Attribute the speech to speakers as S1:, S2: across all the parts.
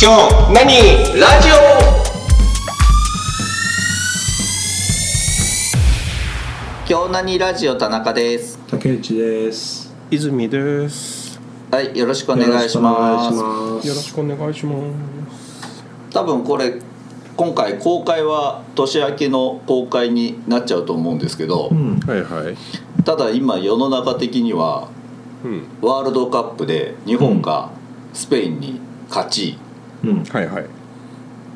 S1: 今日何ラジオ
S2: 今日何ラジオ田中です。
S3: 竹内です。
S4: 泉です
S2: はい、よろしくお願いします。
S3: よろしくお願いします。
S4: よろしくお願いします
S2: 多分これ今回公開は年明けの公開になっちゃうと思うんですけど、
S3: うん。
S4: はいはい
S2: ただ今世の中的には
S4: うん
S2: ワールドカップで日本がスペインに勝ち、
S3: うん。
S4: はいはい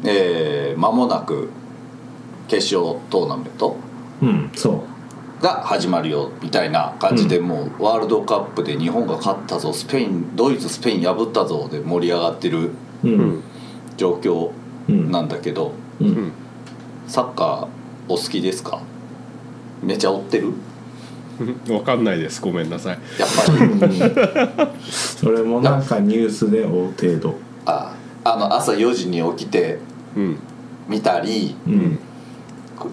S2: えー間もなく決勝トーナメント
S3: うん。そ
S2: が始まるよみたいな感じで、もうワールドカップで日本が勝ったぞスペインドイツスペイン破ったぞで盛り上がってる
S3: う。う。
S4: うん
S2: 状況
S3: うん。
S2: なんだけど。
S3: う。
S4: うんん
S2: サッカーお好きですかめちゃ追ってる
S4: わかんないですごめんなさい
S2: やっぱり
S3: それもなんかニュースで追う程度。
S2: ああの朝4時に起きて
S4: うん
S2: 見たり
S3: うん。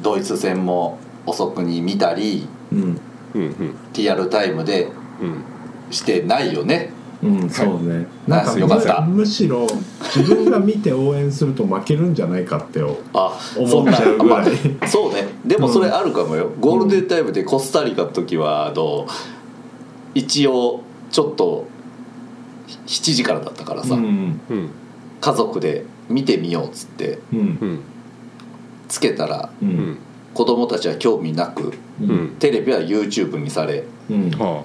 S2: ドイツ戦も遅くに見たり
S3: うん。
S4: うん
S2: リアルタイムで
S4: うん
S2: してないよね
S3: うん、そうね。なんか
S2: よかった
S3: むむしろ自分が見て応援すると負けるんじゃないかってを。
S2: あそん
S3: 思っ
S2: な
S3: ちゃうぐらい
S2: あまあそうねでもそれあるかもよ、ゴールデンタイムでコスタリカの時はあの一応ちょっと7時からだったからさ、
S3: うん。
S4: うん
S2: 家族で見てみようっつって
S3: うん
S4: う。ん
S2: つけたら
S3: う。
S4: うんん
S2: 子供たちは興味なく
S4: うん
S2: テレビは YouTube にされ
S3: うん。
S4: は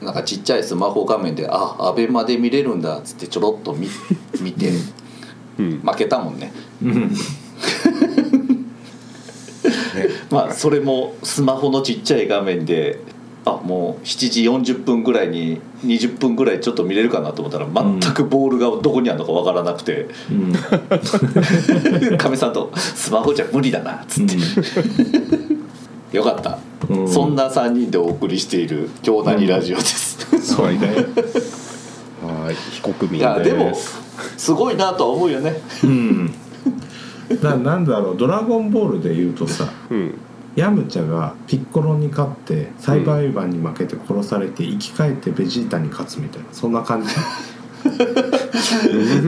S2: なんかちっちゃいスマホ画面で「あアベマで見れるんだ」っつってちょろっ と見見て
S4: あうん
S2: 負けたもんね
S3: うん。
S2: まあそれもスマホのちっちゃい画面であもう7時40分ぐらいに20分ぐらいちょっと見れるかなと思ったら全くボールがどこにあるのかわからなくて
S3: うん。
S2: かみ、さんと「スマホじゃ無理だな」っつって、よかった、
S3: うん
S2: そんな3人でお送りしている「京谷ラジオ」です、
S3: そうね。
S4: はい非国民
S2: いやでも
S4: です
S2: すごいなとは思うよね
S3: うん。ななんだろう「ドラゴンボール」で言うとさ
S4: うん
S3: ヤムチャがピッコロに勝ってサイバーイバンに負けて殺されて生き返ってベジータに勝つみたいなそんな感じ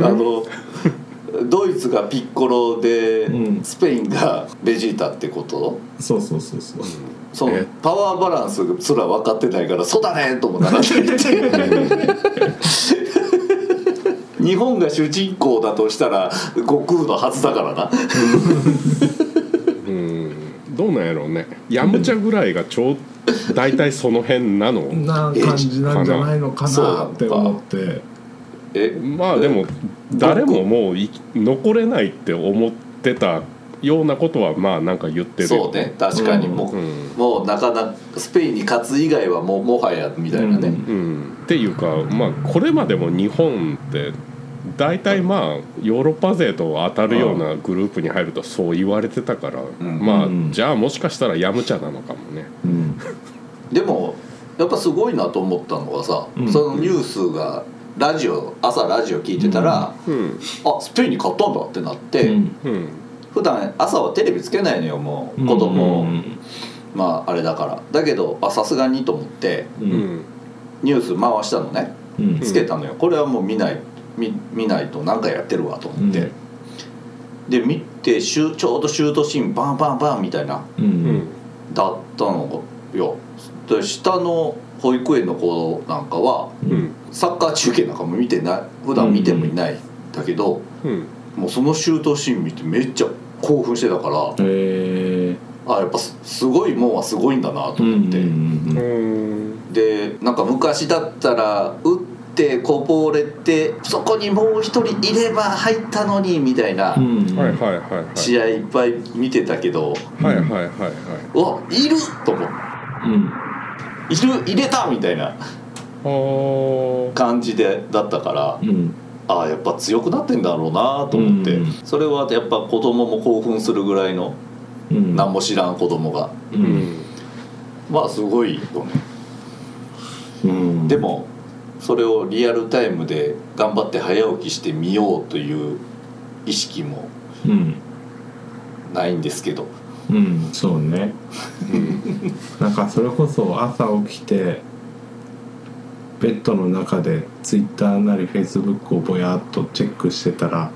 S2: あのドイツがピッコロで、
S3: うん
S2: スペインがベジータってこと
S3: そうそうそうそう
S2: その
S4: え
S2: パワーバランスすら分かってないから「そうだね!」ともならない って日本が主人公だとしたら悟空のはずだからな
S4: うんどうなんやろうねヤムチャぐらいがちょう大体その辺なの
S3: な感じなんじゃないのかなって思って
S2: え
S4: まあでも誰ももうい残れないって思ってたようなことはまあなんか言ってる
S2: そ
S4: よ
S2: うね確かにもう、
S4: うん
S2: もうなかなかスペインに勝つ以外はもうもはやみたいなね、
S3: うん
S4: うん、っていうか、まあ、これまでも日本って大体まあヨーロッパ勢と当たるようなグループに入るとそう言われてたから、
S2: ん
S4: まあ
S3: うん
S4: じゃあもしかしたらヤムチャなのかもね。
S3: うん
S2: でもやっぱすごいなと思ったのはさ、
S3: うん
S2: そのニュースがラジオ朝ラジオ聞いてたら、
S4: うん
S2: あスペインに勝ったんだってなって、
S4: うん
S2: 普段朝はテレビつけないのよもう子供、まああれだからだけどあさすがにと思って
S3: う
S4: うんん
S2: ニュース回したのね
S3: うん
S2: つけたのよ、これはもう見ない見見ないと何かやってるわと思って、で見てシュちょうどシュートシーンバンバンバンみたいな
S3: う
S4: うんん
S2: だったのよで下の保育園の子なんかは
S4: うん
S2: サッカー中継なんかも見てない普段見てもいない、だけど
S4: うん
S2: もうそのシュートシーン見てめっちゃ興奮してたから
S3: へえ
S2: あやっぱすすごいもんはすごいんだなと思って、
S4: うん
S2: でなんか昔だったら打ってこぼれてそこにもう一人いれば入ったのにみたいな
S4: はいはいはいはい
S2: 試合いっぱい見てたけど、
S4: はいはいはいはいう
S2: わいると思っている入れたみたいな
S4: あー
S2: 感じでだったから
S3: うん
S2: ああやっぱ強くなってんだろうなと思って、
S3: うん
S2: それはやっぱ子供も興奮するぐらいの
S3: うん
S2: 何も知らん子供が
S3: う
S4: うんん
S2: まあすごいよね
S3: うん
S2: でもそれをリアルタイムで頑張って早起きしてみようという意識も
S3: うん
S2: ないんですけど
S3: うんそうね
S4: うん
S3: なんかそれこそ朝起きてベッドの中でツイッターなりフェイスブックをぼやっとチェックしてたら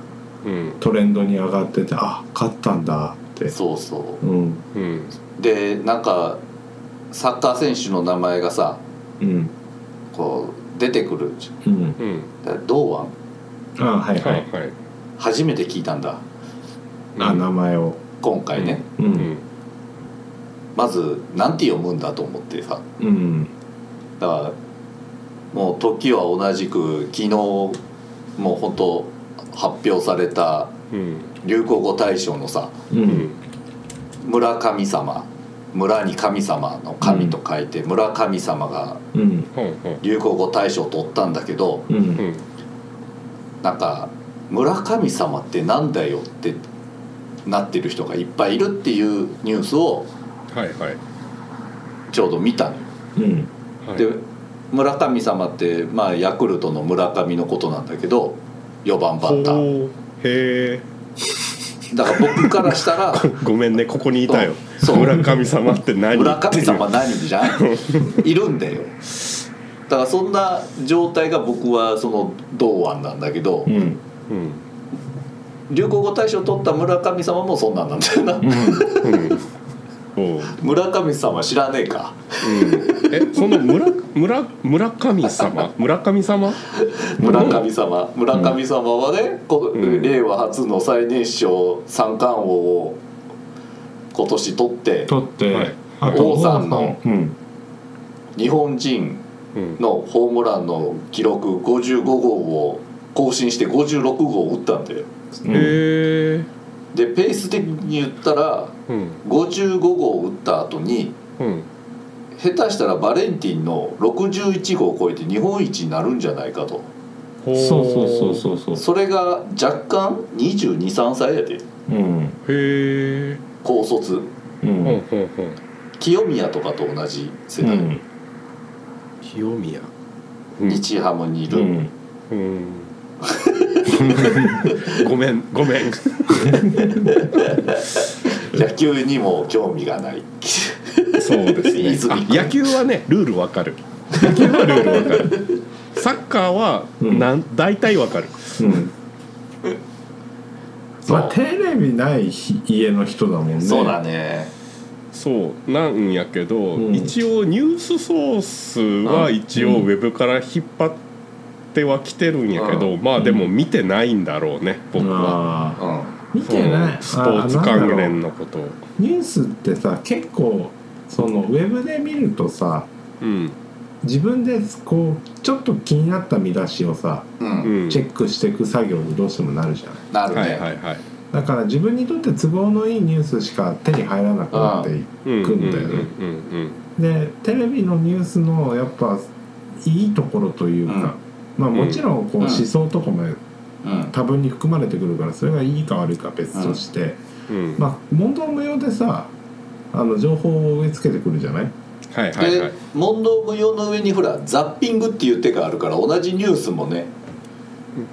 S4: うん
S3: トレンドに上がっててあ勝ったんだって、
S2: そうそう
S3: ん
S4: うん
S2: でなんかサッカー選手の名前がさ
S3: うん
S2: こう出てくる
S3: うん、
S4: うん
S2: 堂安
S3: あはいは、
S4: はいいはい
S2: 初めて聞いたんだ
S3: あ名前を
S2: 今回ね、
S3: う
S4: うんん
S2: まずなんて読むんだと思ってさ
S3: うん
S2: だからもう時は同じく昨日もう本当発表された
S4: うん
S2: 流行語大賞のさ
S3: うん、
S4: うん
S2: 村神様村に神様の神と書いて村神様が
S3: うん
S4: はいはい
S2: 流行語大賞を取ったんだけど
S3: う
S4: うんん
S2: なんか村神様ってなんだよってなってる人がいっぱいいるっていうニュースを
S4: はいはい
S2: ちょうど見たのよ。
S3: うん
S4: はい
S2: で村神様って、まあ、ヤクルトの村上のことなんだけど4番バッター
S4: ほうへえ
S2: だから僕からした ら
S4: ごめんねここにいたよ
S2: そう
S4: 村神様って何
S2: 村神様何じゃんいるんだよだからそんな状態が僕はその堂安なんだけど、
S3: うん
S4: うん
S2: 流行語大賞取った村神様もそんなんなんだよな
S4: うんおう
S2: 村神様知らねえか
S4: うん、えその村村村神様村神様
S2: 村神様村神様はね、こ
S4: うん
S2: 令和初の最年少三冠王を今年取って
S3: 取って、
S4: はい
S3: あと
S2: 王さんの
S3: うん
S2: 日本人
S4: うん
S2: のホームランの記録55号を更新して56号を打ったんだよ
S3: うん
S4: へえ
S2: でペース的に言ったら
S4: うん
S2: 55号を打った後に
S4: うん
S2: 下手したらバレンティンの61号を超えて日本一になるんじゃないかと
S4: ほ
S3: そうそうそうそうそ
S2: それが若干2 2 3歳やで
S3: ううん
S4: うへえ
S2: 高卒
S3: う
S4: ほん
S3: ん
S4: ほんほん
S2: 清宮とかと同じ世
S3: う
S2: 代、
S3: ん
S4: 清宮うん
S2: 日ハムにいる、
S3: うん
S4: うん ごめんごめん
S2: 野球にも興味がない
S4: そうですね
S2: 泉
S4: あ野球はねルールわかる野球はルールわかるサッカーはなん、大体わかる
S3: うん
S2: そう
S3: まあテレビないひ家の人だもんね
S2: そうだね
S4: そうなんやけど、
S3: うん
S4: 一応ニュースソースは
S2: うん
S4: 一応ウェブから引っ張ってはきてるんやけど、
S2: う
S4: まあ
S3: うん
S4: でも見てないんだろうね僕は、
S3: あ
S2: うん
S3: ー見てない
S4: そのスポーツ
S3: あなんだ
S4: 関
S3: ろう
S4: 連のことを
S3: ニュースってさ結構そのウェブで見るとさ
S4: うん
S3: 自分でこうちょっと気になった見出しをさ
S2: うん、
S4: うん
S3: チェックしていく作業にどうしてもなるじゃな
S2: な
S3: い
S2: るね、
S4: はいはいはい
S3: だから自分にとって都合のいいニュースしか手に入らなくなってい
S4: うん
S3: くんだよ
S4: う
S3: ね
S4: ん
S3: でテレビのニュースのやっぱいいところというか、まあもちろんこう
S2: うん
S3: 思想とかも
S2: うん
S3: 多分に含まれてくるからそれがいいか悪いかは別として、
S4: うんうんうん
S3: まあ問答無用でさあの情報を植え付けてくるじゃない
S4: はいはいは
S2: で
S4: い
S2: 問答無用の上にほらザッピングっていう手があるから同じニュースもね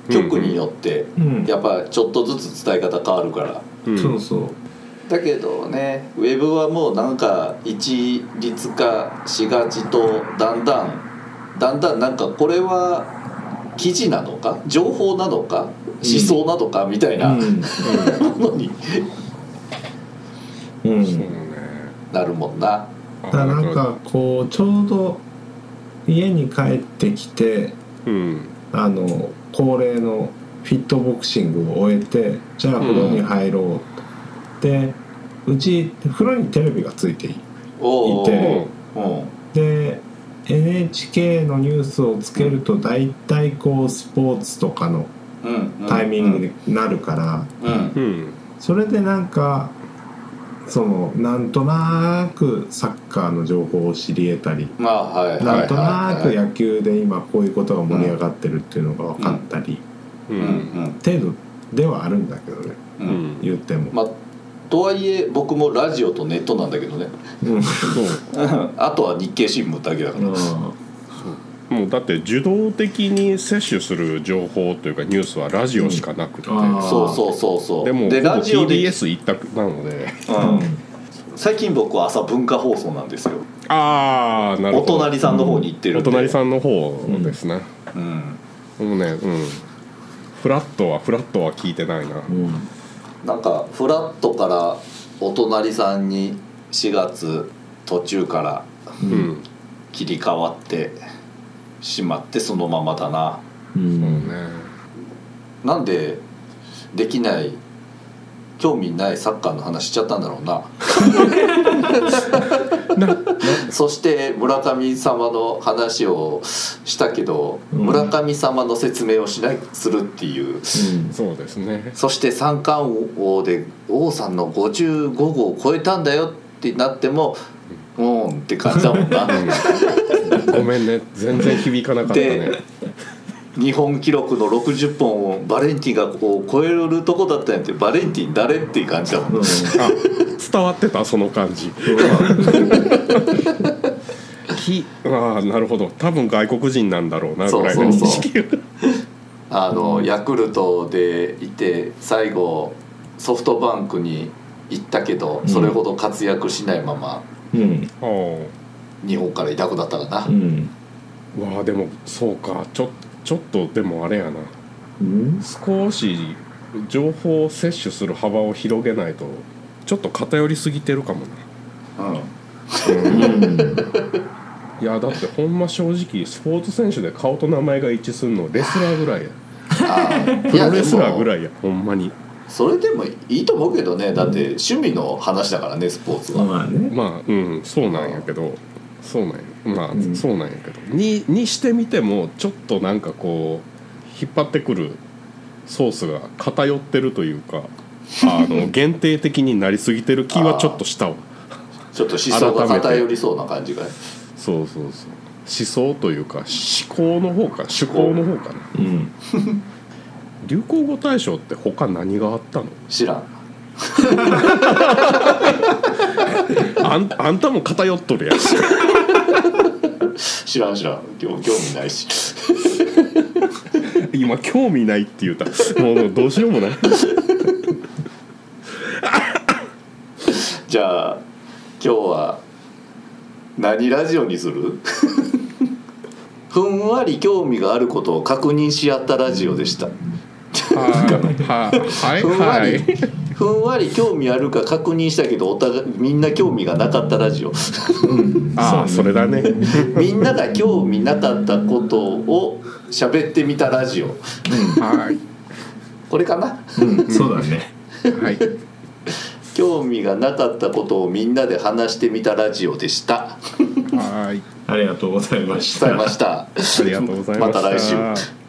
S2: 局によって
S3: うん
S2: やっぱちょっとずつ伝え方変わるから
S4: うん
S3: そうそう
S2: だけどねウェブはもうなんか一律化しがちとだんだんだんだんなんかこれは記事なのか情報なのか思想なのかみたいなも
S3: う
S2: のに
S3: ん、う
S4: うんそうんね
S2: なるもんな。
S4: あ
S3: だからなんかこうちょうど家に帰ってきて
S4: うん
S3: あの恒例のフィットボクシングを終えてじゃあ風呂に入ろう、でうち風呂にテレビがついてい
S2: お
S3: いて
S2: ーう
S4: も
S2: ん
S3: で NHK のニュースをつけると大体こうスポーツとかの
S2: うんうん
S3: タイミングになるから、
S2: うん
S4: ううん
S3: それでなんかそのなんとなくサッカーの情報を知り得たり
S2: まあはいはいはい
S3: なんとな
S2: は
S3: く
S2: い
S3: 野球で今こういうことが盛り上がってるっていうのが分かったり
S4: う
S2: うんん
S3: 程度ではあるんだけどね
S2: う
S4: うん
S2: うん
S4: ん
S3: 言っても、
S2: まあとはいえ僕もラジオとネットなんだけど ね
S3: うん
S4: そう
S2: あとは日経新聞だけだから、
S4: もうだって受動的に摂取する情報というかニュースはラジオしかなくて、
S3: うんあー
S2: そうそうそうそう
S4: でも
S2: でラジオで、
S4: TBS 一択なので
S2: うん最近僕は朝文化放送なんですよ
S4: ああなる
S2: お
S4: ほど
S2: 隣さんの方に行ってる
S4: お
S2: んで
S4: 隣さんの方ですね、
S2: うん
S4: もうねうんフラットはフラットは聞いてないな
S3: うん
S2: なんかフラットからお隣さんに4月途中から
S4: うん
S2: 切り替わってしまってそのままだな
S3: う
S4: そうんね
S2: なんでできない興味ないサッカーの話しちゃったんだろうなそして村上様の話をしたけど、
S3: うん
S2: 村上様の説明をしないするっていう
S4: そうですね
S2: そして三冠王で王さんの55号を超えたんだよってなってもうんって感じだもんな
S4: ごめんね全然響かなかったね
S2: で日本記録の60本をバレンティンがこう超えるとこだったんやってバレンティン誰っていう感じだもん
S3: うん
S4: あ伝わってたその感じきああなるほど多分外国人なんだろうな
S2: そう
S4: ぐらいの認識が
S2: あのヤクルトでいて最後ソフトバンクに行ったけどそれほど活躍しないまま
S3: うん
S4: ああ
S2: 日本から委託だったかな、
S3: うん
S4: わあでもそうかちょちょっとでもあれやな
S3: うん
S4: 少し情報を摂取する幅を広げないとちょっと偏りすぎてるかもな、いやだってほんま正直スポーツ選手で顔と名前が一致するのレスラーぐらいや
S2: あ ー
S4: プロレスラーぐ
S2: いやでも
S4: らいやほんまに
S2: それでもいいと思うけどねだって趣味の話だからねスポーツは、
S3: まあね
S4: まあうんそうなんやけどそうなんやまあ、
S3: うん
S4: そうなんやけどににしてみてもちょっとなんかこう引っ張ってくるソースが偏ってるというかあ の限定的になりすぎてる気はちょっとしたわ
S2: ちょっと思想が
S4: 改めて
S2: 偏りそうな感じが
S4: そうそうそう思想というか思考の方か趣向の方かな
S3: うん
S4: 流行語大賞って他何があったの
S2: 知らん
S4: あんあんたも偏っとるやん
S2: 知らん知らん興興味ないし
S4: 今興味ないって言うたもうどうしよう もない
S2: じゃあ今日は何ラジオにす るふんわり興味があることを確認し合ったラジオでした
S4: はは
S2: ふんわ
S4: い
S2: り
S4: はい
S2: ふんわり興味あるか確認したけどお互いみんな興味がなかったラジオ
S4: ああそれだね
S2: みんなが興味なかったことを喋ってみたラジオ
S4: はい
S2: これかな
S3: うんそうだね
S4: はい
S2: 興味がなかったことをみんなで話してみたラジオでした
S4: はい
S3: ありがとうございまし
S2: 伝え
S3: た
S2: ました
S4: ありがとうございまし
S2: また
S4: た
S2: 来週